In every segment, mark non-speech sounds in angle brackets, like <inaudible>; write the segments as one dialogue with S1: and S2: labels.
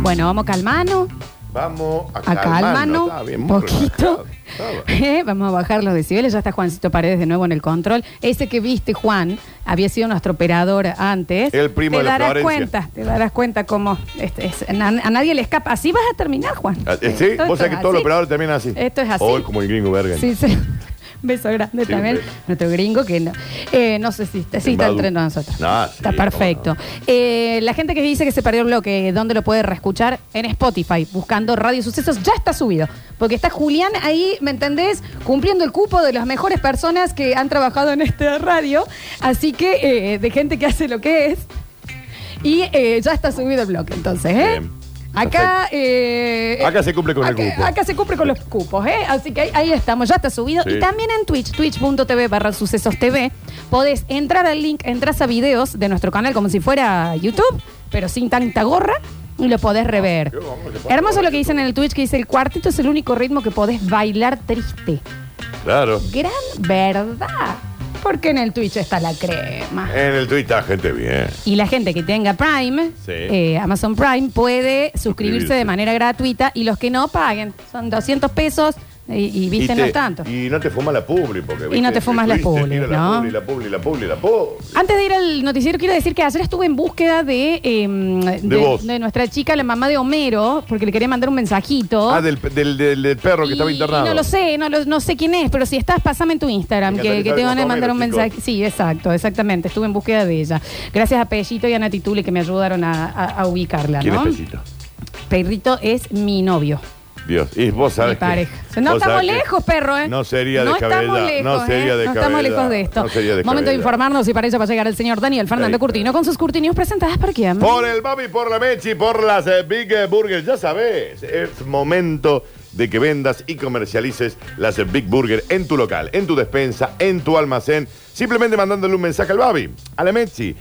S1: Bueno, vamos calmano.
S2: Vamos a,
S1: A
S2: calmarnos.
S1: calmano,
S2: Está bien, muy
S1: poquito.
S2: relajado. Estaba.
S1: Eh, <laughs> Vamos a bajar los decibeles. Ya está Juancito Paredes de nuevo en el control. Ese que viste, Juan, había sido nuestro operador antes.
S2: El
S1: te
S2: primo de la
S1: darás
S2: Florencia.
S1: cuenta, te darás cuenta cómo este, es- a, a nadie le escapa. Así vas a terminar, Juan.
S2: Ah, eh,
S1: Esto-
S2: Sí, vos
S1: esto
S2: sabés
S1: es
S2: que todos los
S1: así.
S2: operadores terminan así.
S1: Esto es así.
S2: Hoy como el gringo verga.
S1: Sí, <laughs> sí. Beso grande
S2: Sí,
S1: también.
S2: un beso.
S1: Nuestro gringo que no, eh, no sé si está, sí
S2: El
S1: está
S2: Madu.
S1: entre nosotros.
S2: No, Ah, sí,
S1: está perfecto. Eh, la gente que dice que se perdió el bloque, ¿dónde lo puede reescuchar? En Spotify, buscando Radio Sucesos, ya está subido. Porque está Julián ahí, ¿me entendés? Cumpliendo el cupo de las mejores personas que han trabajado en esta radio. Así que, eh, de gente que hace lo que es. Y eh, ya está subido el bloque, entonces, ¿eh?
S2: Bien.
S1: Acá, eh,
S2: Acá se cumple con el
S1: acá-
S2: cupo.
S1: Acá se cumple con los cupos, ¿eh? Así que ahí, ahí estamos, ya está subido.
S2: Sí.
S1: Y también en Twitch, twitch.tv barra sucesos TV, podés entrar al link, entras a videos de nuestro canal como si fuera YouTube, pero sin tanta gorra, y lo podés rever.
S2: qué vamos, le pongo
S1: Hermoso lo
S2: gorra,
S1: que dicen en el Twitch, que dice, el cuartito es el único ritmo que podés bailar triste.
S2: Claro.
S1: Gran verdad. Porque en el Twitch está la crema.
S2: En el Twitch está gente bien.
S1: Y la gente que tenga Prime,
S2: Sí.
S1: eh, Amazon Prime, puede suscribirse
S2: Suscribirse.
S1: de manera gratuita y los que no paguen son 200 pesos y, y viste,
S2: te-
S1: no tanto.
S2: Y no te fumas la publi. Porque, viste,
S1: no te fumas la
S2: estuviste,
S1: publi,
S2: ir a La
S1: ¿no?
S2: publi, la publi, la publi, la publi.
S1: Antes de ir al noticiero, quiero decir que ayer estuve en búsqueda de, em,
S2: vos.
S1: de nuestra chica, la mamá de Homero, porque le quería mandar un mensajito.
S2: Ah, del, del, del- del perro
S1: Y-
S2: que estaba internado.
S1: y No lo sé, no, lo- no sé quién es, pero si estás, pásame en tu Instagram,
S2: Me
S1: que,
S2: encantaría
S1: que te
S2: saber
S1: van a
S2: cómo
S1: mandar un
S2: son, chicos.
S1: mensaje. Sí, exacto, exactamente. Estuve en búsqueda de ella. Gracias a Pellito y a Nati Tule que me ayudaron a, a- a ubicarla,
S2: ¿Quién
S1: ¿no?
S2: es Pellito?
S1: Perrito es mi novio.
S2: Dios. Y vos
S1: mi
S2: sabés. que- <laughs>
S1: pareja. No
S2: vos
S1: estamos
S2: sabés que
S1: lejos, perro, ¿eh?
S2: No sería
S1: No estamos
S2: descabellado.
S1: lejos,
S2: no sería
S1: ¿eh?
S2: descabellado.
S1: No estamos lejos de esto.
S2: No sería
S1: Momento de
S2: descabellado.
S1: informarnos y para ello va a llegar el señor Daniel Fernando
S2: Ahí,
S1: Curtino
S2: ahí.
S1: con sus Curtinios presentadas para quién.
S2: Por el Babi, por la Mechi, por las eh, Big Burgers. Ya sabes, es momento de que vendas y comercialices las eh, Big Burger en tu local, en tu despensa, en tu almacén. Simplemente mandándole un mensaje al Babi, a la Mechi,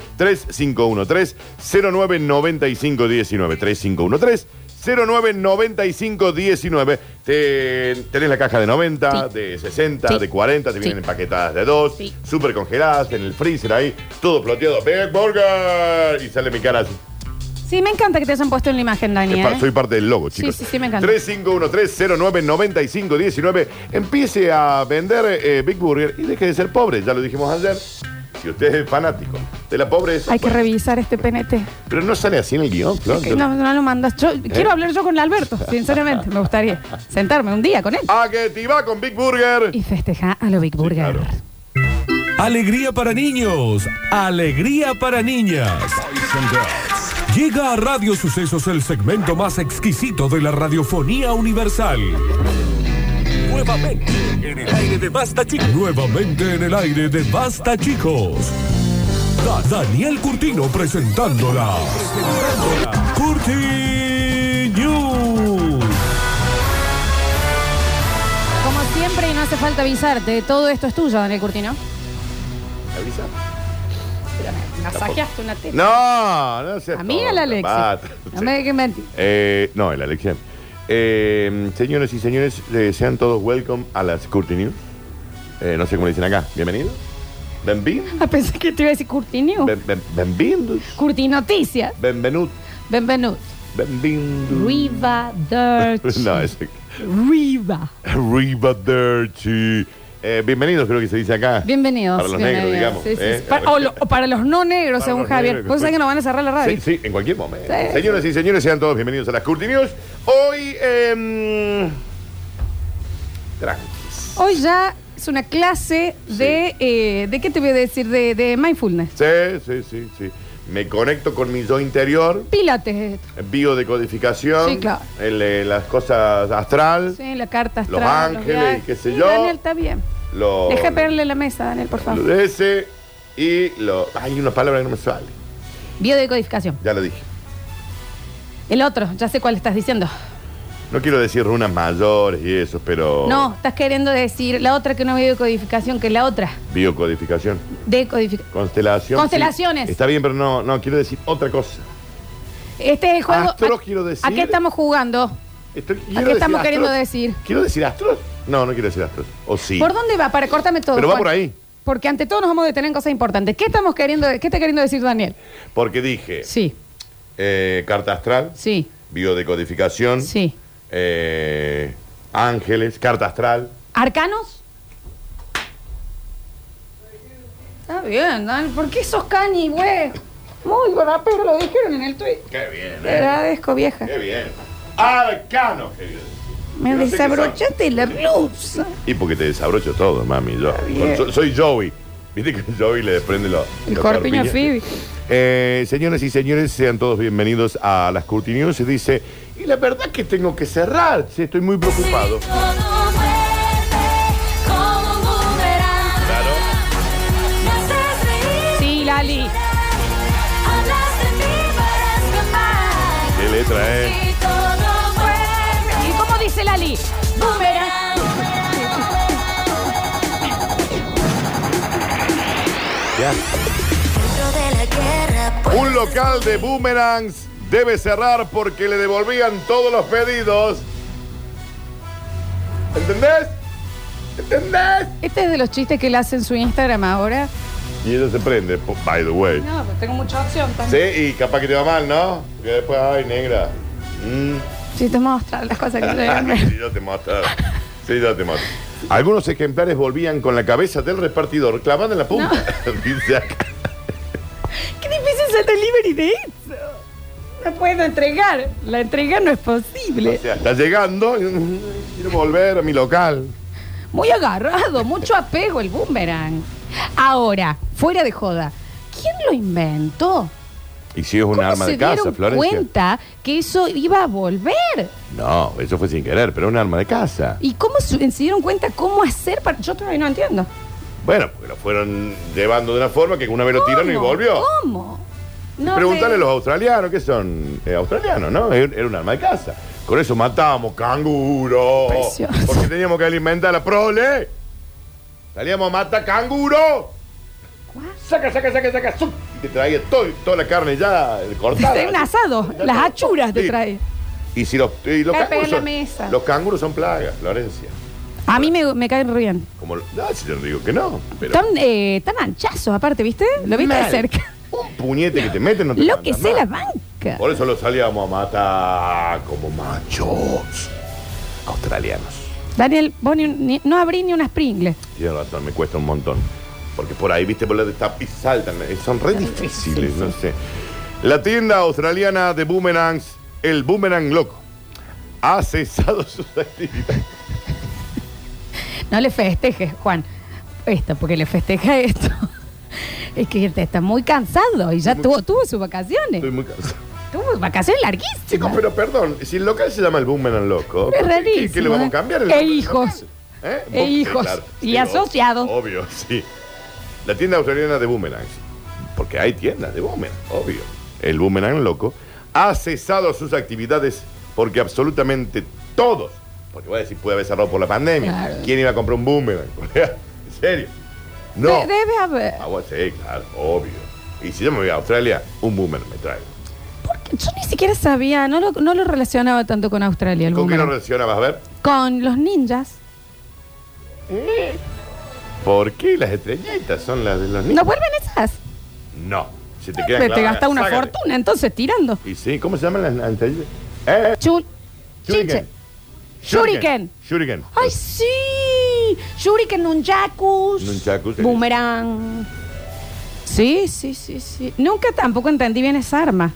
S2: 3513-099519. 3513-099519. Te- Tenés la caja de 90,
S1: Sí.
S2: de 60,
S1: Sí.
S2: de 40, te
S1: Sí.
S2: vienen empaquetadas de 2,
S1: Sí.
S2: súper congeladas, en el freezer ahí, todo ploteado. Big Burger. Y sale mi cara así.
S1: Sí, me encanta que te hayan puesto en la imagen,
S2: Es
S1: Daniel. ¿eh?
S2: pa- Soy parte del logo,
S1: Sí,
S2: chicos.
S1: sí, sí, me encanta.
S2: 3513099519. Empiece a vender eh, Big Burger y deje de ser pobre. Ya lo dijimos ayer. Si usted es fanático de la pobreza.
S1: Hay que
S2: bueno,
S1: revisar este PNT.
S2: Pero no sale así en el guión, Flor.
S1: Que No, no lo mandas. Yo
S2: ¿Eh?
S1: quiero hablar yo con Alberto, sinceramente. Me gustaría sentarme un día con
S2: <laughs>
S1: él
S2: A Ah, que te va con Big Burger.
S1: y festejar a lo Big Burger.
S2: claro.
S3: Alegría para niños, alegría para niñas. Llega a Radio Sucesos el segmento más exquisito de la radiofonía universal. Nuevamente en el aire de Basta Chicos. Nuevamente en el aire de Basta Chicos. Da- Daniel Curtino presentándola. Curti News.
S1: Como siempre, y no hace falta avisarte, todo esto es tuyo, Daniel Curtino.
S2: Avisa.
S1: Masajeaste una teta.
S2: No, no seas
S1: A mí y a la
S2: tonta,
S1: Alexis.
S2: basta.
S1: No me dejes mentir.
S2: Eh, no, el Alexia. Eh, señoras y señores, eh, sean todos welcome a las Curti News. Eh, no sé cómo le dicen acá. Bienvenido. Benvin.
S1: <laughs> Ah, pensé que te iba a decir Curtinio.
S2: Ben- ben- Benvindos.
S1: Curti Noticias.
S2: Benvenut.
S1: Benvenuto.
S2: Benvindos.
S1: Riva Dirty.
S2: <laughs> No, es
S1: Riva.
S2: Rivaderci. Eh, bienvenidos, creo que se dice acá.
S1: Bienvenidos.
S2: Para los negros,
S1: bienvenidos.
S2: digamos.
S1: Sí, sí,
S2: ¿eh?
S1: sí. Pa- o, lo- o para los no negros,
S2: Para
S1: según
S2: los
S1: Javier.
S2: negros,
S1: Vos sabés que
S2: pues.
S1: nos van a cerrar la radio.
S2: Sí, sí, en cualquier momento.
S1: Sí.
S2: Señoras y señores, sean todos bienvenidos a las Curti News. Hoy, eh, tranquis.
S1: Hoy ya es una clase de. eh, ¿De qué te voy a decir? De, de mindfulness.
S2: Sí, sí, sí, sí. Me conecto con mi yo interior,
S1: Pilates es esto.
S2: biodecodificación,
S1: Sí, claro.
S2: el, eh, las cosas astral,
S1: Sí, la carta
S2: Los
S1: astral.
S2: ángeles,
S1: viajes.
S2: qué sé
S1: Sí,
S2: yo. Oh,
S1: Daniel está bien.
S2: lo,
S1: Deja de pegarle la mesa, Daniel, por
S2: lo
S1: favor.
S2: de ese y lo... Hay una palabra que no me sale,
S1: Biodecodificación.
S2: ya lo dije.
S1: El otro, ya sé cuál estás diciendo.
S2: No quiero decir runas mayores y eso, pero...
S1: No, estás queriendo decir la otra que no es biodecodificación, que la otra.
S2: Biocodificación.
S1: Decodificación.
S2: Constelación.
S1: Constelaciones.
S2: sí. Está bien, pero no, no, quiero decir otra cosa.
S1: Este es el juego.
S2: Astro,
S1: ¿A-
S2: Ah, quiero decir.
S1: ¿A qué estamos jugando?
S2: Estoy- quiero
S1: qué
S2: decir
S1: estamos queriendo
S2: astros.
S1: decir?
S2: ¿Quiero decir astros? No, no quiero decir astros. O sí.
S1: ¿Por dónde va? Para cortame todo.
S2: Pero va
S1: Juan.
S2: por ahí.
S1: Porque ante todo nos vamos a detener en cosas importantes. ¿Qué estamos
S2: Eh.
S1: queriendo, qué está queriendo decir Daniel?
S2: Porque dije
S1: Sí,
S2: eh, carta astral,
S1: sí.
S2: biodecodificación,
S1: Sí.
S2: eh, ángeles, carta astral.
S1: ¿Arcanos? Está bien, Dani. ¿Por qué sos cani, güey? Muy buena, pero lo dijeron en el tweet.
S2: Qué bien, ¿eh?
S1: Te agradezco, vieja.
S2: Qué bien. Arcano, querido.
S1: Me
S2: Eh, Yo no sé qué
S1: desabrochaste la blusa.
S2: Y porque te desabrocho todo, mami. Yo.
S1: bien.
S2: So- soy Joey. Viste que <laughs> Joey le desprende los.
S1: El
S2: los
S1: corpiño a
S2: corpiños.
S1: Phoebe.
S2: Eh, señoras y señores, sean todos bienvenidos a las Curti News. Se dice, y la verdad que tengo que cerrar, sí, estoy muy preocupado.
S4: Todo vuelve como un boomerang.
S2: Claro.
S4: Me haces reír,
S1: Sí, Lali.
S4: hablas de mí para escapar.
S2: Qué letra, eh.
S4: Y todo vuelve
S1: ¿Y cómo dice Lali?
S4: boomerang.
S2: Ya.
S4: Dentro de la guerra, pues,
S2: Un local de boomerangs debe cerrar porque le devolvían todos los pedidos. ¿Entendés? ¿Entendés?
S1: Este es de los chistes que él hace en su Instagram ahora.
S2: Y ella se prende, po- by the way.
S1: No, pero tengo mucha opción
S2: Sí,
S1: también.
S2: y capaz que te va mal, ¿no? Que después, ay, negra.
S1: <laughs>
S2: Mm.
S1: Sí, te voy a mostrar las cosas que te
S2: Sí, ya te mata. Sí, ya te mata. Algunos ejemplares volvían con la cabeza del repartidor clavada en la punta. <laughs> Dice acá.
S1: <laughs> Qué difícil es el delivery de eso. No puedo entregar. La entrega no es
S2: O
S1: posible.
S2: sea, está llegando. "Mm, Quiero volver a mi local.
S1: Muy agarrado, mucho apego el boomerang. Ahora, fuera de joda, ¿quién lo inventó?
S2: Y si es un
S1: ¿Cómo
S2: arma
S1: se
S2: de casa,
S1: dieron
S2: Florencia.
S1: cuenta que eso iba a volver?
S2: No, eso fue sin querer, pero un arma de casa.
S1: ¿Y cómo se se dieron cuenta cómo hacer para...? Yo todavía no entiendo.
S2: Bueno, porque lo fueron llevando de una forma que una vez lo tiraron y
S1: ¿Cómo?
S2: volvió.
S1: ¿Cómo? No
S2: Preguntale a
S1: sé.
S2: los australianos, ¿qué son? Eh, australianos, ¿no? Era era un arma de casa. Con eso matamos canguro.
S1: Precioso.
S2: Porque teníamos que alimentar a la prole. Salíamos a matar canguro. Saca, saca, saca, saca. zup, Y te traía todo- toda la carne ya eh, cortada.
S1: Te un
S2: <laughs>
S1: asado,
S2: Ya
S1: las
S2: todo.
S1: achuras te
S2: Sí.
S1: trae.
S2: Y si los, y los
S1: Cae pegada
S2: canguros
S1: en la
S2: son,
S1: mesa.
S2: Los canguros son plagas, Florencia.
S1: A mí me, me caen bien.
S2: Como, lo- no, si te digo que no. Pero
S1: Tan, eh, tan anchazos, aparte, ¿viste? Lo viste de
S2: Mal.
S1: cerca.
S2: un puñete que te meten no te
S1: Lo
S2: mandan
S1: que sé
S2: más.
S1: la banca.
S2: Por eso lo salíamos a matar como machos australianos.
S1: Daniel, vos ni un- ni- no abrí ni unas Pringles.
S2: Tienes razón, me cuesta un montón. Porque por ahí, viste, por la de tap y saltan. eh, Son re difíciles, no sé. La tienda australiana de boomerangs, el Boomerang Loco, ha cesado <laughs> sus actividades.
S1: No le festejes, Juan. Esto, porque le festeja esto. <laughs> Es que te está muy cansado y ya
S2: Muy-
S1: tuvo, tuvo sus vacaciones.
S2: Estoy muy cansado.
S1: Tuvo vacaciones larguísimas.
S2: Chicos, pero perdón, si el local se llama el Boomerang Loco,
S1: Es
S2: ¿qué- ¿qué,
S1: rarísimo,
S2: qué le vamos
S1: ¿eh?
S2: a cambiar? el
S1: E
S2: nombre del
S1: hijos.
S2: local? ¿Eh?
S1: E
S2: Sí,
S1: hijos. Y asociados.
S2: Obvio, <laughs> sí. La tienda australiana de boomerangs, porque hay tiendas de boomerang, obvio. El boomerang loco ha cesado sus actividades porque absolutamente todos, porque voy a decir, puede haber cerrado por la pandemia.
S1: Claro.
S2: ¿Quién iba a comprar un boomerang? <laughs> ¿En serio? No.
S1: De- debe haber.
S2: Ah, bueno, sí, claro, obvio. Y si yo me voy a Australia, un boomerang me trae.
S1: Porque yo ni siquiera sabía, no lo, no lo relacionaba tanto con Australia. El
S2: ¿Con qué lo
S1: boomerang.
S2: relacionabas? A ver.
S1: con los ninjas.
S2: ¿Por qué las estrellitas son las de los niños?
S1: ¿No vuelven esas?
S2: No. Si te quedan
S1: Te,
S2: clavadas,
S1: gastas una
S2: sácate.
S1: fortuna entonces tirando.
S2: Y sí, ¿cómo se llaman las- las estrellitas? Eh,
S1: Chul. Chiche.
S2: Shuriken.
S1: Shuriken.
S2: Shuriken.
S1: ¡Ay, sí! Shuriken Nunchakus.
S2: Nunchakus.
S1: Boomerang. Sí, sí, sí, sí. Nunca tampoco entendí bien esa arma.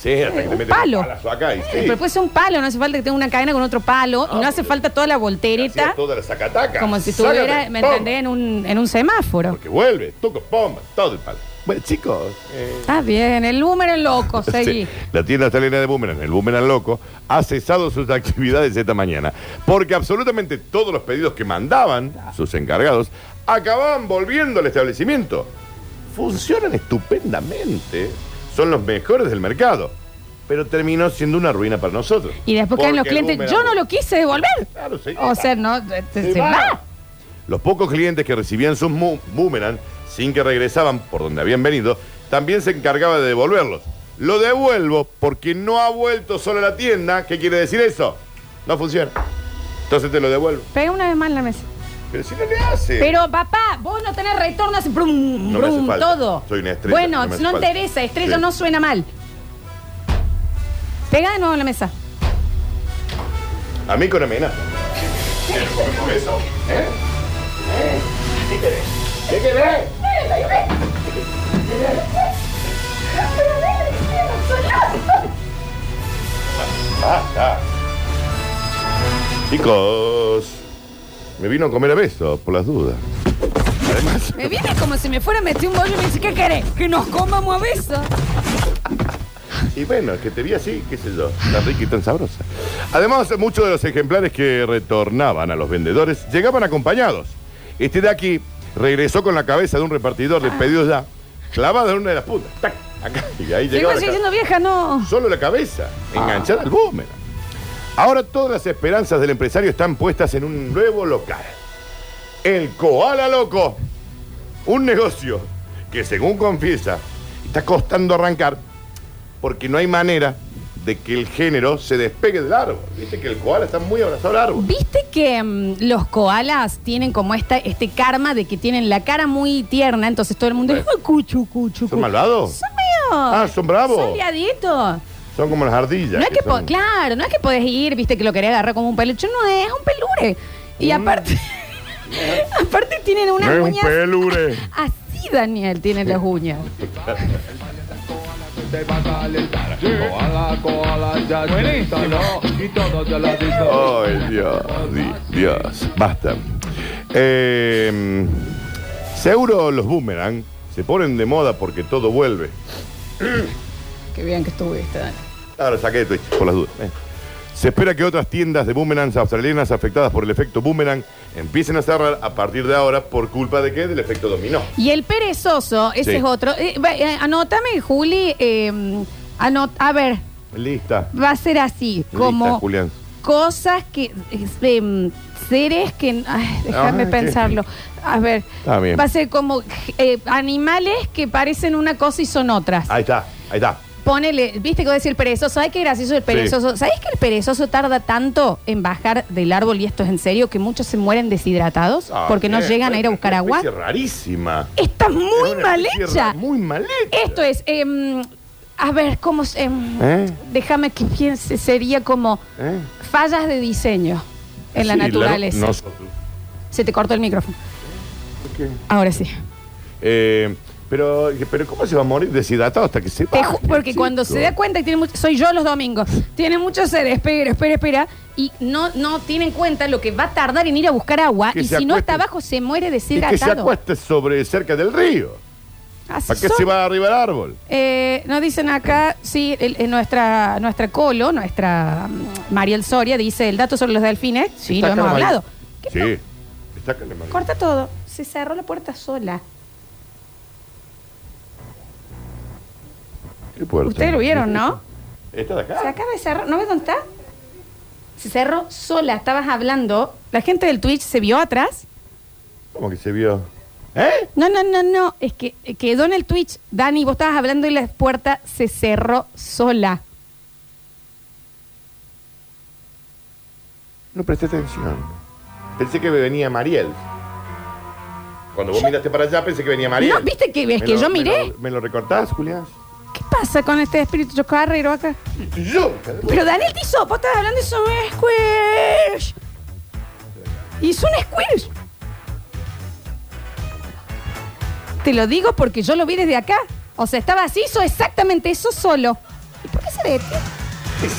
S2: Sí, hasta que te
S1: un
S2: meten
S1: palo.
S2: un palazo acá y sí.
S1: Pero puede ser un palo, no hace falta que tenga una cadena con otro palo. y no
S2: Ah,
S1: hace
S2: boludo.
S1: falta toda la
S2: Hacías
S1: voltereta.
S2: toda la sacataca.
S1: Como si
S2: Sácate,
S1: estuviera, ¿me
S2: pum.
S1: entendés? En un, en un semáforo.
S2: Porque vuelve, tuco, pomba, todo el palo. Bueno, chicos. eh,
S1: Está bien, el número es loco, seguí.
S2: <laughs> Sí. Este, La tienda australiana de Boomerang, el Boomerang Loco, ha cesado sus <laughs> actividades esta mañana. Porque absolutamente todos los pedidos que mandaban sus encargados acababan volviendo al establecimiento. Funcionan estupendamente. Son los mejores del mercado. Pero terminó siendo una ruina para nosotros.
S1: Y después caen los
S2: Porque el
S1: clientes,
S2: Boomerang
S1: yo no lo quise devolver.
S2: Claro, sí.
S1: O sea, no, se,
S2: Se
S1: se
S2: va.
S1: va.
S2: Los pocos clientes que recibían sus mu- boomerang sin que regresaban por donde habían venido, también se encargaba de devolverlos. Lo devuelvo porque no ha vuelto solo a la tienda. ¿Qué quiere decir eso? No funciona. Entonces te lo devuelvo.
S1: Pega una vez más en la mesa.
S2: Pero si no le hace.
S1: Pero papá, vos no tenés retorno, hace brum,
S2: No me hace
S1: brum,
S2: falta.
S1: todo.
S2: Soy una estrella,
S1: Bueno,
S2: no me hace
S1: no
S2: falta.
S1: interesa, estrella
S2: Sí.
S1: no suena mal. Te Pega de nuevo en la
S2: <laughs>
S1: mesa.
S2: A mí con amenaza. Eso, ¿eh? ¿Eh? ¿Qué querés? ¿Qué querés? Basta. Chicos, me vino a comer a besos, por las dudas. Además,
S1: Me viene como si me fuera a meter un bollo y me dice, ¿qué querés? Que nos comamos a besos.
S2: y bueno, que te vi así, qué sé yo, tan rica y tan sabrosa. Además, muchos de los ejemplares que retornaban a los vendedores llegaban acompañados. Este de aquí regresó con la cabeza de un repartidor de pedidos ya, clavada en una de las puntas. ¡Tac! Acá, y ahí
S1: Llegó
S2: llegaba la
S1: así
S2: cabeza.
S1: diciendo, vieja, no.
S2: Solo la cabeza, enganchada al boomerang. Ahora todas las esperanzas del empresario están puestas en un nuevo local. El Koala Loco. Un negocio que, según confiesa, está costando arrancar porque no hay manera de que el género se despegue del árbol. Viste que el koala está muy abrazado al árbol.
S1: ¿Viste que mm, los koalas tienen como esta, este karma de que tienen la cara muy tierna? Entonces todo el mundo dice, "Ay, cuchu, cuchu,
S2: ¿Son
S1: cuchu".
S2: malvados?
S1: Son medio.
S2: Ah, son bravos.
S1: Son liaditos.
S2: Son como las ardillas.
S1: No es que, po-
S2: son-
S1: claro, no es que podés ir, viste, que lo querés agarrar como un peluche. No, es un pelure. Y aparte, <laughs> aparte tienen unas
S2: Mm. No es un
S1: uñas.
S2: pelure.
S1: Así, Daniel, tiene las
S2: <laughs>
S1: uñas.
S2: ¡Ay, Dios! di- Dios, basta. Eh, seguro los boomerang se ponen de moda porque todo vuelve.
S1: Qué bien que estuviste, Daniel.
S2: Ahora saqué de Twitch, por las dudas. eh. Se espera que otras tiendas de boomerangs australianas afectadas por el efecto boomerang empiecen a cerrar a partir de ahora por culpa de qué? Del efecto dominó.
S1: Y el perezoso, ese
S2: Sí.
S1: es otro. Eh, va- eh, anótame, Juli. eh, anot- a ver,
S2: Lista.
S1: va a ser así,
S2: Lista,
S1: como
S2: Julián.
S1: cosas que es, em, seres que ay, déjame
S2: Ah, qué-
S1: pensarlo. A ver,
S2: Está bien.
S1: va a ser como eh, animales que parecen una cosa y son otras.
S2: Ahí está, ahí está.
S1: Ponele, viste que decir el perezoso, ¿sabes qué gracioso el perezoso? ¿Sabes que el perezoso tarda tanto en bajar del árbol y esto es en serio que muchos se mueren deshidratados
S2: Ah,
S1: porque no
S2: bien,
S1: llegan a ir a
S2: es
S1: buscar
S2: una
S1: agua?
S2: especie rarísima.
S1: Está muy
S2: Es una
S1: mal
S2: especie
S1: hecha. Eh,
S2: ra- Muy mal hecha.
S1: Esto es, em, a ver, ¿cómo? se- em,
S2: ¿Eh?
S1: Déjame que piense, sería como
S2: ¿Eh?
S1: fallas de diseño en la
S2: Sí,
S1: naturaleza.
S2: nosotros.
S1: Se te cortó el micrófono.
S2: qué?
S1: Ahora sí.
S2: Eh, pero, pero ¿cómo se va a morir deshidratado hasta que se
S1: Te
S2: baje,
S1: ju- porque
S2: chico?
S1: cuando se da cuenta que tiene mucho, soy yo los domingos, tiene mucho sed, espera, espera, espera, y no, no tiene en cuenta lo que va a tardar en ir a buscar agua,
S2: Que
S1: y si
S2: se
S1: no
S2: acueste.
S1: está abajo se muere
S2: Y que se
S1: deshidratado.
S2: acueste sobre, cerca del río.
S1: Así
S2: ¿Para qué
S1: Ah, son.
S2: se va arriba el árbol?
S1: Eh, nos dicen acá, sí, el- en nuestra, nuestra colo, nuestra mm, Mariel Soria, dice el dato sobre los delfines, sí,
S2: Está
S1: lo hemos
S2: calmado.
S1: hablado. ¿Qué
S2: Sí.
S1: pa-
S2: Está calmado.
S1: Corta todo, se cerró la puerta sola.
S2: ¿Qué puerta?
S1: Ustedes lo vieron, ¿no?
S2: Esta de
S1: Se
S2: acá.
S1: acaba de cerrar, ¿no ves dónde está? Se cerró sola, estabas hablando. La gente del Twitch se vio atrás.
S2: ¿Cómo que se vio? ¿Eh?
S1: No, no, no, no, es que eh, quedó en el Twitch. Dani, vos estabas hablando y la puerta se cerró sola.
S2: No presté atención. Pensé que venía Mariel. Cuando vos miraste para allá pensé que venía Mariel.
S1: No, ¿viste que- es
S2: Me
S1: que yo
S2: me
S1: miré?
S2: lo- ¿Me lo recortás, Julián?
S1: ¿Qué pasa con este espíritu chocarrero acá?
S2: Yo.
S1: Pero Daniel te hizo, vos estabas hablando y hizo un squish. Hizo un squish. Te lo digo porque yo lo vi desde acá. O sea, estaba así, hizo exactamente eso solo. ¿Y por qué se detiene?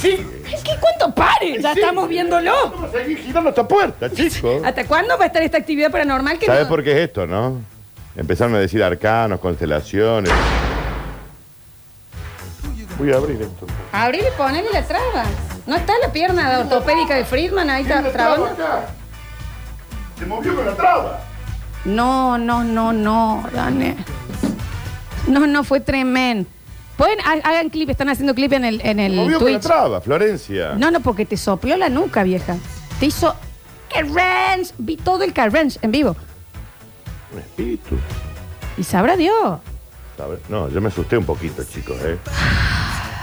S2: Sí.
S1: Es que cuánto pare, ya
S2: Sí.
S1: estamos viéndolo.
S2: Vamos a seguir girando esta puerta, chicos.
S1: ¿Hasta cuándo va a estar esta actividad paranormal que
S2: ¿Sabes
S1: no-
S2: por qué es esto, no? Empezaron a decir arcanos, constelaciones. Voy a abrir esto.
S1: Abrir y ponerle la traba. No está la pierna de ortopédica de Friedman, ahí está trabando.
S2: Se movió con la traba.
S1: No, no, no, no, Dane. No, no, fue tremendo. Pueden, ha- hagan clip, están haciendo clip en el, en
S2: Se
S1: el
S2: movió con la
S1: Twitch.
S2: traba, Florencia.
S1: No, no, porque te sopló la nuca, vieja. Te hizo carrange. Vi todo el carrange en vivo.
S2: Un espíritu.
S1: Y sabrá Dios.
S2: A ver, No, yo me asusté un poquito, chicos, ¿eh?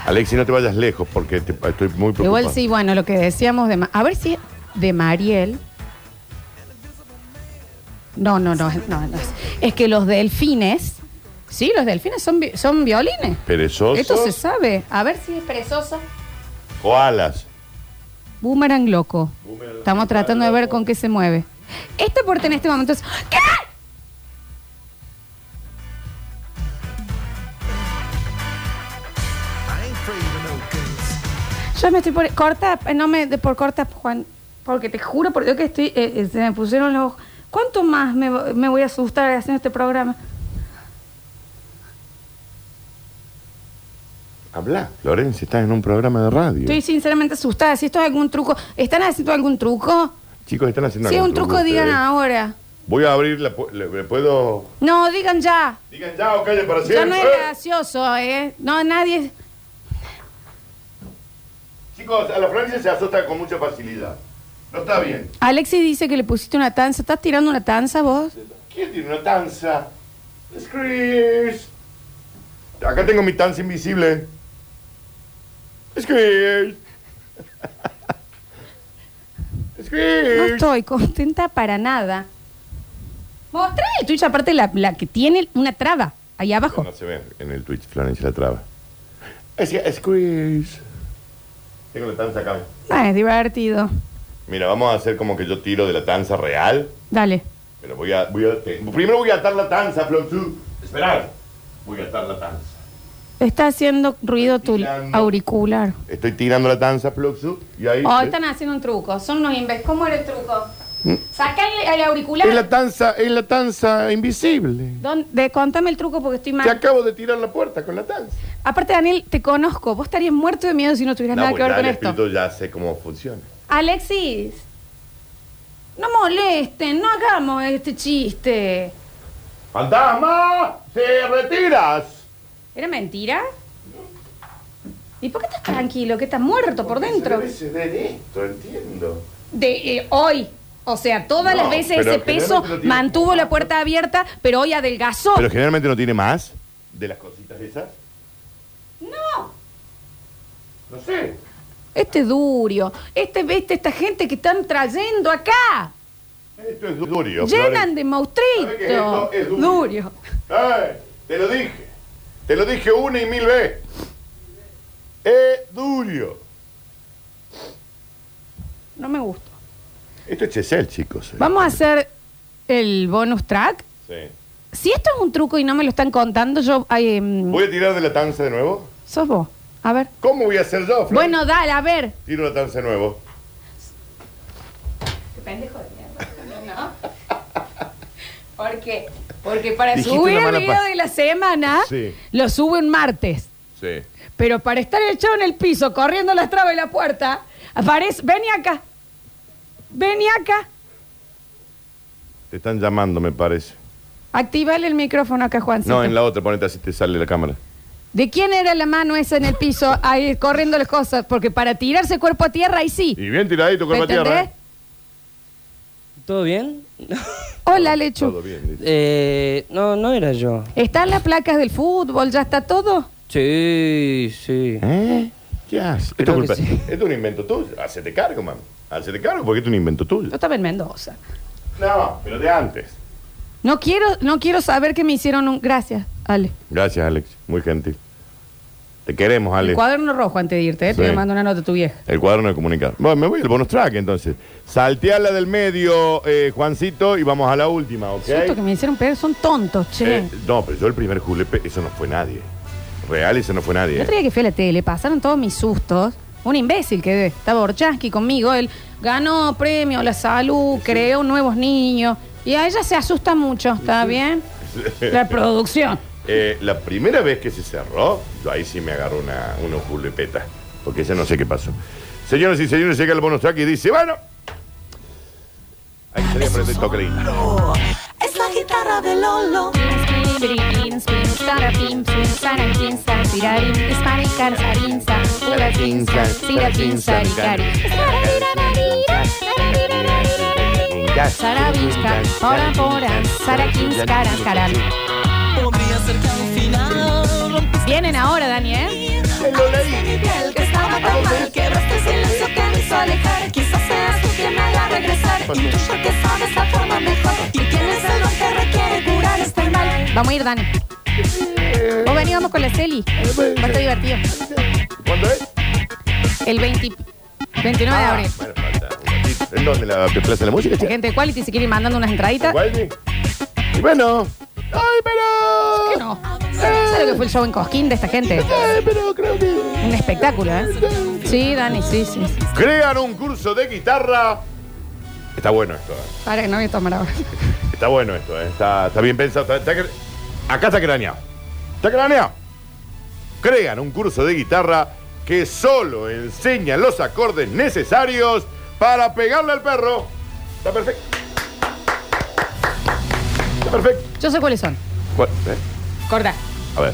S2: Alexi, no te vayas lejos porque te- estoy muy preocupado.
S1: Igual sí, bueno, lo que decíamos de... Ma- A ver si de Mariel... No, no, no, no, no es. Es que los delfines... Sí, los delfines son, vi- son violines.
S2: Perezosos.
S1: Esto se sabe. A ver si es perezoso.
S2: Koalas.
S1: Boomerang loco.
S2: Boomerang
S1: Estamos tratando de ver
S2: loco.
S1: con qué se mueve. Esta puerta en este momento es. ¿Qué? Yo me estoy por. Corta, eh, no me. de- por corta, Juan. Porque te juro por Dios que estoy. eh, eh, se me pusieron los. ojos. ¿Cuánto más me, vo- me voy a asustar haciendo este programa?
S2: Habla, Florencia, estás en un programa de radio.
S1: Estoy sinceramente asustada. Si esto es algún truco. ¿Están haciendo algún truco?
S2: Chicos, están haciendo
S1: si es
S2: algún
S1: un truco, digan
S2: ustedes.
S1: ahora.
S2: Voy a abrir la. pu- le- le puedo.?
S1: No, digan ya.
S2: Digan ya o calle para
S1: Ya
S2: siempre.
S1: no es gracioso, ¿eh? No, nadie.
S2: Chicos, a la Florencia se asusta con mucha facilidad. No está bien.
S1: Alexis dice que le pusiste una tanza. ¿Estás tirando una tanza vos?
S2: ¿Quién tiene una tanza? Es Chris. Acá tengo mi tanza invisible. Es Chris. <laughs> Es
S1: No
S2: Chris.
S1: estoy contenta para nada. Mostrá el Twitch, aparte la, la que tiene una traba ahí abajo.
S2: No se ve en el Twitch, Florencia la traba. Es, es Chris. Tengo la tanza acá.
S1: Ah, es divertido.
S2: Mira, vamos a hacer como que yo tiro de la tanza real.
S1: Dale.
S2: Pero voy a. Voy a te- primero voy a atar la tanza, Flochu. Esperar. Voy a atar la tanza.
S1: Está haciendo ruido tu
S2: Tirando.
S1: auricular.
S2: Estoy tirando la tanza, Flochu. Y ahí.
S1: Oh, están haciendo un truco. Son unos imbéciles. ¿Cómo era el truco? Sacá el, el
S2: Mm. Es la
S1: auricular.
S2: tanza, es la tanza invisible.
S1: ¿Dónde? Contame el truco porque estoy
S2: Te
S1: mal.
S2: acabo de tirar la puerta con la tanza.
S1: Aparte, Daniel, te conozco. Vos estarías muerto de miedo si no tuvieras nada que
S2: pues
S1: ver con esto.
S2: ya sé cómo funciona.
S1: Alexis, no molesten, no hagamos este chiste.
S2: ¡Fantasma! ¡Te retiras!
S1: ¿Era mentira? ¿Y por qué estás tranquilo? Que estás muerto por dentro.
S2: Se debe de esto, entiendo.
S1: De eh, hoy. O sea, todas
S2: No,
S1: las veces
S2: pero
S1: ese peso
S2: generalmente no tiene-
S1: mantuvo la puerta abierta, pero hoy adelgazó.
S2: Pero generalmente no tiene más de las cositas esas.
S1: No.
S2: No sé.
S1: Este Durio, este, este- esta gente que están trayendo acá,
S2: Esto es durio.
S1: llenan de
S2: ¿Sabe qué es esto?
S1: maustrito.
S2: Es Durio.
S1: Durio.
S2: Flores. ¡Eh! Te lo dije. Te lo dije una y mil veces. Es durio.
S1: No me gusta.
S2: Esto es Chesel, chicos. eh.
S1: Vamos a hacer el bonus track.
S2: Sí.
S1: Si esto es un truco y no me lo están contando, yo. ay, em,
S2: ¿Voy a tirar de la tanza de nuevo?
S1: sos vos. A ver.
S2: ¿Cómo voy a hacer yo, Flor?
S1: Bueno, dale, a ver.
S2: Tiro la tanza de nuevo.
S1: pendejo de mierda. ¿No? ¿Por qué? Porque para
S2: Dijiste
S1: subir el
S2: una mala
S1: video
S2: pa-
S1: de la semana,
S2: Sí.
S1: lo sube un martes.
S2: Sí.
S1: Pero para estar echado en el piso, corriendo las trabas de la puerta, aparece. Vení acá. Vení acá.
S2: Te están llamando, me parece.
S1: Activale el micrófono acá, Juan.
S2: No, en la otra, ponete así, te sale la cámara.
S1: ¿De quién era la mano esa en el piso, ahí corriendo las cosas? Porque para tirarse cuerpo a tierra, ahí sí.
S2: Y bien tiradito con
S1: ¿Me
S2: la tierra.
S1: entendés?
S2: ¿eh?
S5: ¿Todo bien? <laughs>
S1: Hola, Lechu.
S2: Todo bien, dice.
S5: Eh, no, no era yo.
S1: ¿Están las placas del fútbol? ¿Ya está todo?
S5: Sí, sí.
S2: ¿Eh? ¿Qué haces? Esto,
S5: Creo
S2: es culpa-
S5: que sí.
S2: esto es un invento tuyo. Hacete cargo, mami. Hacete cargo porque esto es un invento tuyo.
S1: Yo estaba en Mendoza.
S2: No, pero de antes.
S1: No quiero, no quiero saber que me hicieron un... Gracias, Ale.
S2: Gracias, Alex. Muy gentil. Te queremos, Alex.
S1: El cuaderno rojo antes de irte, ¿eh?
S2: Sí.
S1: Te mando una nota a tu vieja.
S2: El cuaderno de comunicar. Bueno, me voy al bonus track entonces. Saltea la del medio, eh, Juancito, y vamos a la última, ¿ok?
S1: Susto que me hicieron pegar, son tontos, che.
S2: Eh, no, pero yo el primer julepe, eso no fue nadie. Real, eso no fue nadie.
S1: El
S2: ¿eh?
S1: otro día que fui a la tele, pasaron todos mis sustos. Un imbécil que estaba Borchaski conmigo, él ganó premio, la salud, creó nuevos niños. Y a ella se asusta mucho, ¿está
S2: <laughs>
S1: bien? La producción.
S2: Eh, la primera vez que se cerró, yo ahí sí me agarró una, una julepeta, porque ese no sé qué pasó. Señoras y señores, llega el bonus track y dice, bueno... Ahí se le aprende el toque de guitarra.
S4: Es la guitarra de Lolo.
S1: Vienen ahora, Dani, ¿eh?
S4: El que estaba tan mal que ahora este silencio que me hizo alejar Quizás seas tú quien me haga regresar Y tú ya que sabes la forma mejor Y tienes el don que requiere curar este mal
S1: Vamos a ir, Dani. Vos veníamos con la Celi. Va a estar divertido.
S2: ¿Cuándo es?
S1: El 20 29 de
S2: Ah,
S1: abril.
S2: bueno, falta un ratito. ¿En dónde? ¿La Plaza de la Música?
S1: La
S2: che?
S1: gente de Quality se quiere ir mandando unas entraditas.
S2: Waldi. Y bueno. Ay, pero.
S1: ¿Qué no? ¿Sabes lo que fue el show en Cosquín de esta gente?
S2: Ay, pero creo que.
S1: Un espectáculo, ¿eh? Sí, Dani, sí, sí. sí.
S2: Crean un curso de guitarra. Está bueno esto, eh.
S1: Para que no voy a tomar ahora.
S2: Está bueno esto, eh. Está, está bien pensado. Está- está cr- Acá está craneado. Está craneado. Crean un curso de guitarra que solo enseña los acordes necesarios para pegarle al perro. Está perfecto. Está perfecto.
S1: Yo sé cuáles son.
S2: Bueno, eh,
S1: Corta.
S2: A ver.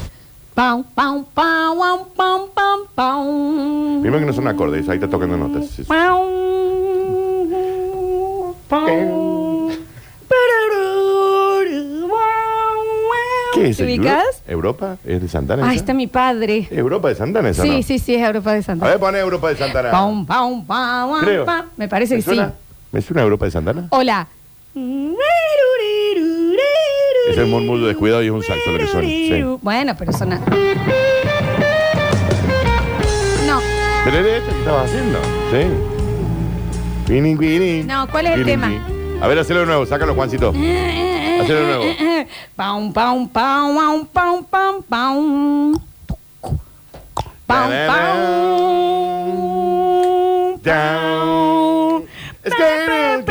S1: Pam, pam, pam, pam, pam, pam, pam.
S2: Primero que no son acordes, ahí está tocando notas. Sí, sí.
S1: Pam, pam. Pararuru, guau, guau.
S2: ¿Qué es
S1: ¿Te
S2: el blues?
S1: ubicas?
S2: ¿Europa? ¿Es de Santana?
S1: Ah,
S2: esa?
S1: está mi padre.
S2: ¿Europa de Santana esa,
S1: Sí,
S2: no?
S1: sí, sí, es Europa de
S2: A
S1: Santa.
S2: ver, pon Europa de Santana.
S1: Pam, pam, pam, pam,
S2: Creo.
S1: pam. Me parece
S2: ¿Me
S1: que sí.
S2: suena? ¿Me suena Europa de Santana?
S1: Hola.
S2: Es el murmullo descuidado y es un saxo lo que suena, sí.
S1: Bueno, pero suena. No,
S2: ¿Pero era esto que estabas haciendo? Sí. Pini, pini.
S1: No, ¿cuál es el
S2: Pini,
S1: tema? Eh,
S2: pini. A ver, hacelo de nuevo, sácalo, Juancito. Hacelo de nuevo.
S1: Pam, pam, pam, pam, pam, pam, pam. Pam, pam.
S2: Down. Es que-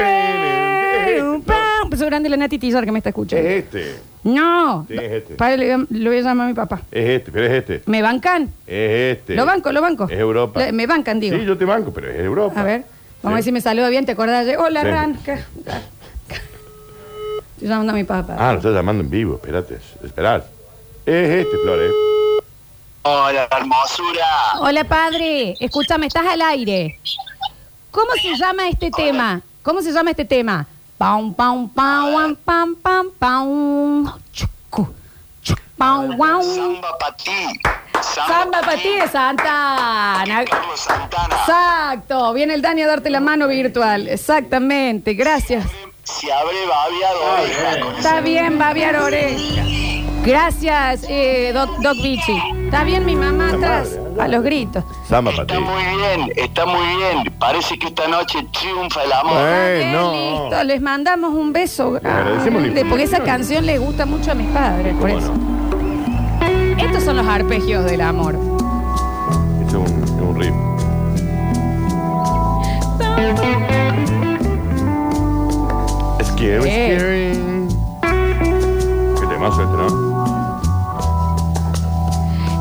S1: Pam. Beso grande a la Nati Tizar que me está
S2: Es
S1: escuchando.
S2: este,
S1: No.
S2: Sí, es este.
S1: Padre, le voy a- le voy a llamar a mi papá.
S2: es este, pero es este.
S1: ¿Me bancan?
S2: Es este.
S1: Lo banco, lo banco.
S2: Es Europa.
S1: Lo- me bancan, digo.
S2: Sí, yo te banco, pero es Europa.
S1: A ver, vamos a ver
S2: Sí.
S1: si me saluda bien. ¿Te acordás de Hola,
S2: Sí.
S1: Ran? que- Estoy llamando a mi papá.
S2: Ah, lo estás llamando en vivo, espérate, esperad. Es este, Flores.
S6: Hola,
S2: Ah.
S6: hermosura.
S1: Hola, padre. Escúchame, estás al aire. ¿Cómo se llama este tema? ¿Cómo se llama este tema? Pam, pam, pam, pam, pam, pam. Chucu, chuc, pam, guau.
S6: Samba para ti.
S1: Samba para ti de Santana.
S6: Carlos Santana.
S1: Exacto. Viene el Dani a darte la mano virtual. Exactamente. Gracias.
S6: Se abre babiado oreja con
S1: Está bien, babiar oreja. Gracias, eh, Doc, Doc Vichy. Está bien mi mamá atrás, a los gritos.
S2: Samba para ti.
S6: Está muy bien, está muy bien. Parece que esta noche triunfa el amor.
S2: Eh,
S1: Está bien,
S2: no.
S1: listo. Les mandamos un beso
S2: agradecemos la
S1: grande, porque esa
S2: información.
S1: canción les gusta mucho a mis padres, por
S2: ¿Cómo
S1: eso. Estos son los arpegios del amor.
S2: Este es un, es un riff. Scary,
S1: Eh.
S2: scary. Qué temazo este, ¿no?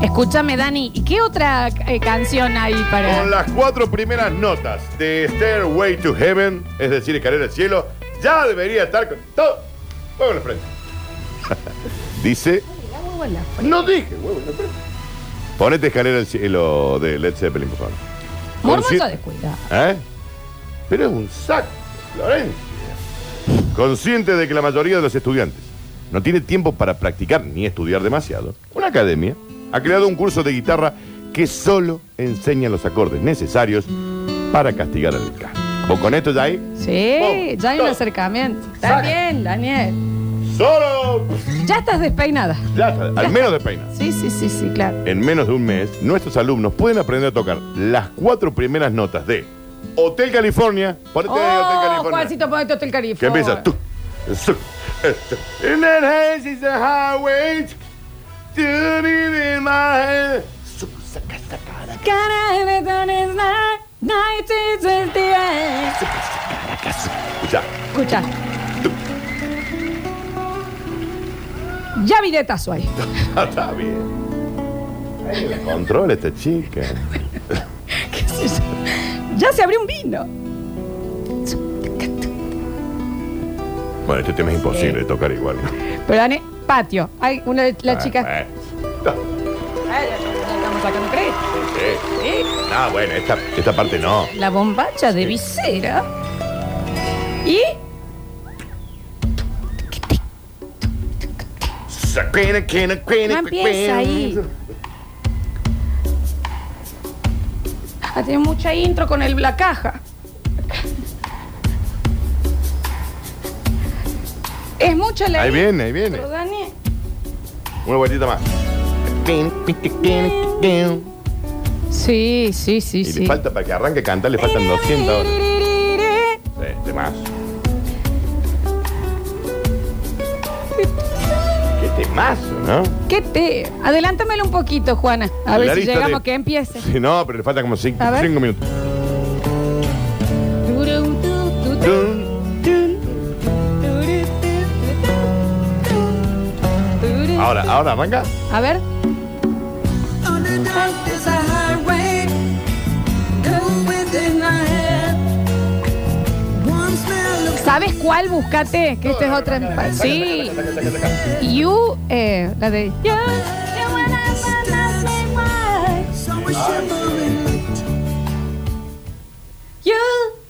S1: Escúchame, Dani, ¿y qué otra eh, canción hay
S2: Con
S1: para...?
S2: las cuatro primeras notas de Stairway to Heaven, es decir, escalera al cielo, ya debería estar con todo. Huevo en la frente. <laughs> Dice. No dije, huevo en la frente. Ponete escalera al cielo de Led Zeppelin, por favor.
S1: Mormoso
S2: Conci-
S1: descuidado.
S2: ¿Eh? Pero es un saco, Florencia. Consciente de que la mayoría de los estudiantes no tiene tiempo para practicar ni estudiar demasiado, una academia ha creado un curso de guitarra que solo enseña los acordes necesarios para castigar al descanso. ¿Vos con esto ya ahí?
S1: Sí,
S2: Pum,
S1: ya hay un
S2: dos.
S1: acercamiento. Está
S2: Saca.
S1: bien, Daniel.
S2: ¡Solo!
S1: Ya estás despeinada.
S2: Ya está, al menos de peinas.
S1: Sí, sí, sí, sí, claro.
S2: En menos de un mes, nuestros alumnos pueden aprender a tocar las cuatro primeras notas de Hotel California. Ponete Hotel
S1: Oh,
S2: California.
S1: Juancito, ponete Hotel California.
S2: Que empieza tú. tú, tú. In that haze is the highway. Turn it in my head. Su, saca, saca, la, ca, su. Escucha.
S1: Escucha. Ya vi de tazo
S2: <laughs>
S1: ahí.
S2: Está bien. Ay, la Controla esta chica.
S1: ¿Qué es eso? Ya se abrió un vino.
S2: Bueno, este tema es imposible de tocar igual.
S1: Pero Dani, patio. Hay una de las chicas.
S2: Eh, no, eh. No, bueno, esta, esta parte no.
S1: La bombacha de visera. Y. No empieza ahí. Ah, tiene mucha intro con el, la caja. Es mucha la
S2: Ahí
S1: intro,
S2: viene, ahí viene.
S1: Dani.
S2: Una vueltita más.
S1: Sí, sí, sí,
S2: Y Eh.
S1: sí.
S2: le falta para que arranque a cantar, le faltan 200 horas. Sí, de más. Qué temazo, ¿no?
S1: ¿Qué te? Adelántamelo un poquito, Juana. A ver si
S2: Bailarista
S1: llegamos
S2: de-
S1: que empiece.
S2: Sí, no, pero le faltan como 5
S1: A ver.
S2: minutos. Dun. Ahora, ahora, arranca.
S1: A ver. ¿Sabes cuál? Buscate, que esta es otra. Sí. You, eh, la de. You,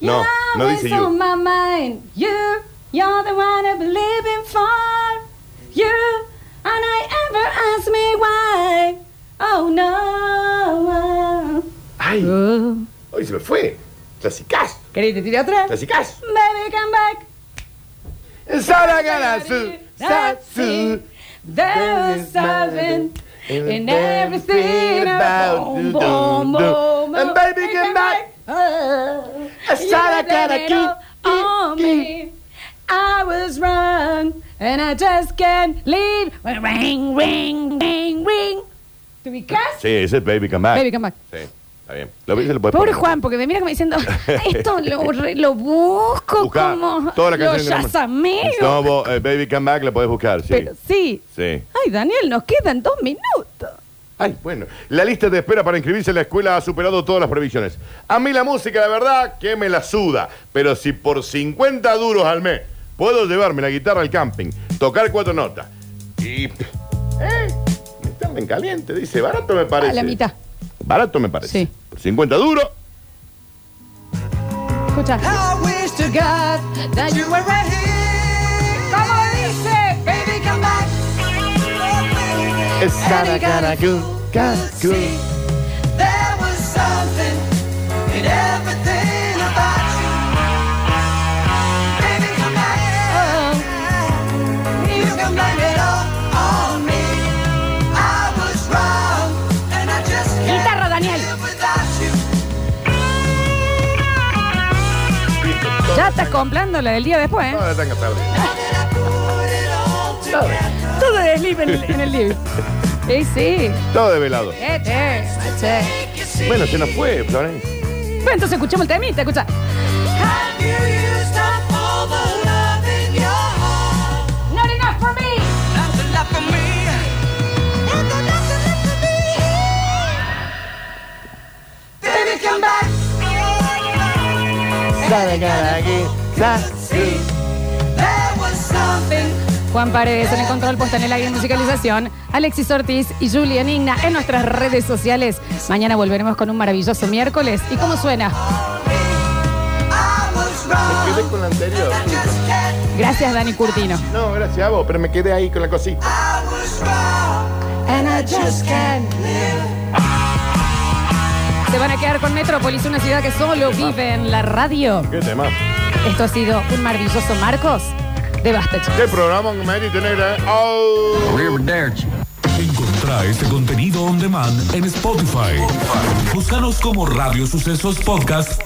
S2: No,
S1: you're
S2: no dice
S1: always
S2: you.
S1: on my mind. You, you're the one I believe in for. You, and I ever ask me why. Oh no.
S2: ¡Ay!
S1: Oh.
S2: Hoy se me fue. Clasicaz.
S1: ¿Querés que te tire otra?
S2: Clasicaz.
S1: Baby, come back.
S2: Saraganasu. Satsu.
S1: There's something in everything about you. Boom, boom, boom.
S2: And baby, Ah, come back.
S1: Oh,
S2: A
S1: you
S2: Sarah
S1: did
S2: Connor,
S1: it
S2: keep,
S1: all on me. I was wrong, and I just can't leave. Ring, ring, ring, ring. ¿Te ubicas?
S2: Sí, ese es Baby Come Back.
S1: Baby, come back.
S2: Sí, está bien. Lo ves, se lo puedes
S1: Pobre
S2: poner.
S1: Juan, porque me mira como
S2: <laughs>
S1: diciendo, esto lo, re- lo busco
S2: Buscá
S1: como
S2: toda la
S1: lo
S2: canción que
S1: yazameo.
S2: No, vos, eh, Baby Come Back la podés buscar, sí.
S1: Pero sí.
S2: Sí.
S1: Ay, Daniel, nos quedan dos minutos.
S2: Ay, bueno. La lista de espera para inscribirse en la escuela ha superado todas las previsiones. A mí la música, la verdad, que me la suda. Pero si por 50 duros al mes puedo llevarme la guitarra al camping, tocar cuatro notas y... ¿Eh? Están en caliente, dice. Barato me parece.
S1: A Ah, la mitad.
S2: Barato me parece.
S1: Sí.
S2: Por 50 duros.
S1: Escucha.
S2: Es cara, cara, cu, ca, cu.
S1: Guitarra, Daniel. Ya estás comprando la del día después, ¿eh?
S2: No, la tengo tarde.
S1: Todo, todo de slip en, el- en el living. Sí, sí.
S2: Todo develado.
S1: Este, este.
S2: Bueno, se nos fue, Florencia.
S1: Bueno, entonces escuchamos el temita, escucha. Not enough for me. Juan Paredes en el control puesta en el aire y musicalización, Alexis Ortiz y Julian Igna en nuestras redes sociales. Mañana volveremos con un maravilloso miércoles. ¿Y cómo suena?
S2: Me quedé con la anterior.
S1: Gracias, Dani Curtino.
S2: No, gracias a vos, pero me quedé ahí con la cosita.
S1: Se van a quedar con Metrópolis, una ciudad que solo vive en la radio.
S2: ¿Qué tema?
S1: Esto ha sido un maravilloso Marcos de Basta, chicos.
S2: ¿Qué programa con Marito Negra? ¡Oh!
S3: Encontrá este contenido on demand en Spotify. Búscanos como Radio Sucesos Podcast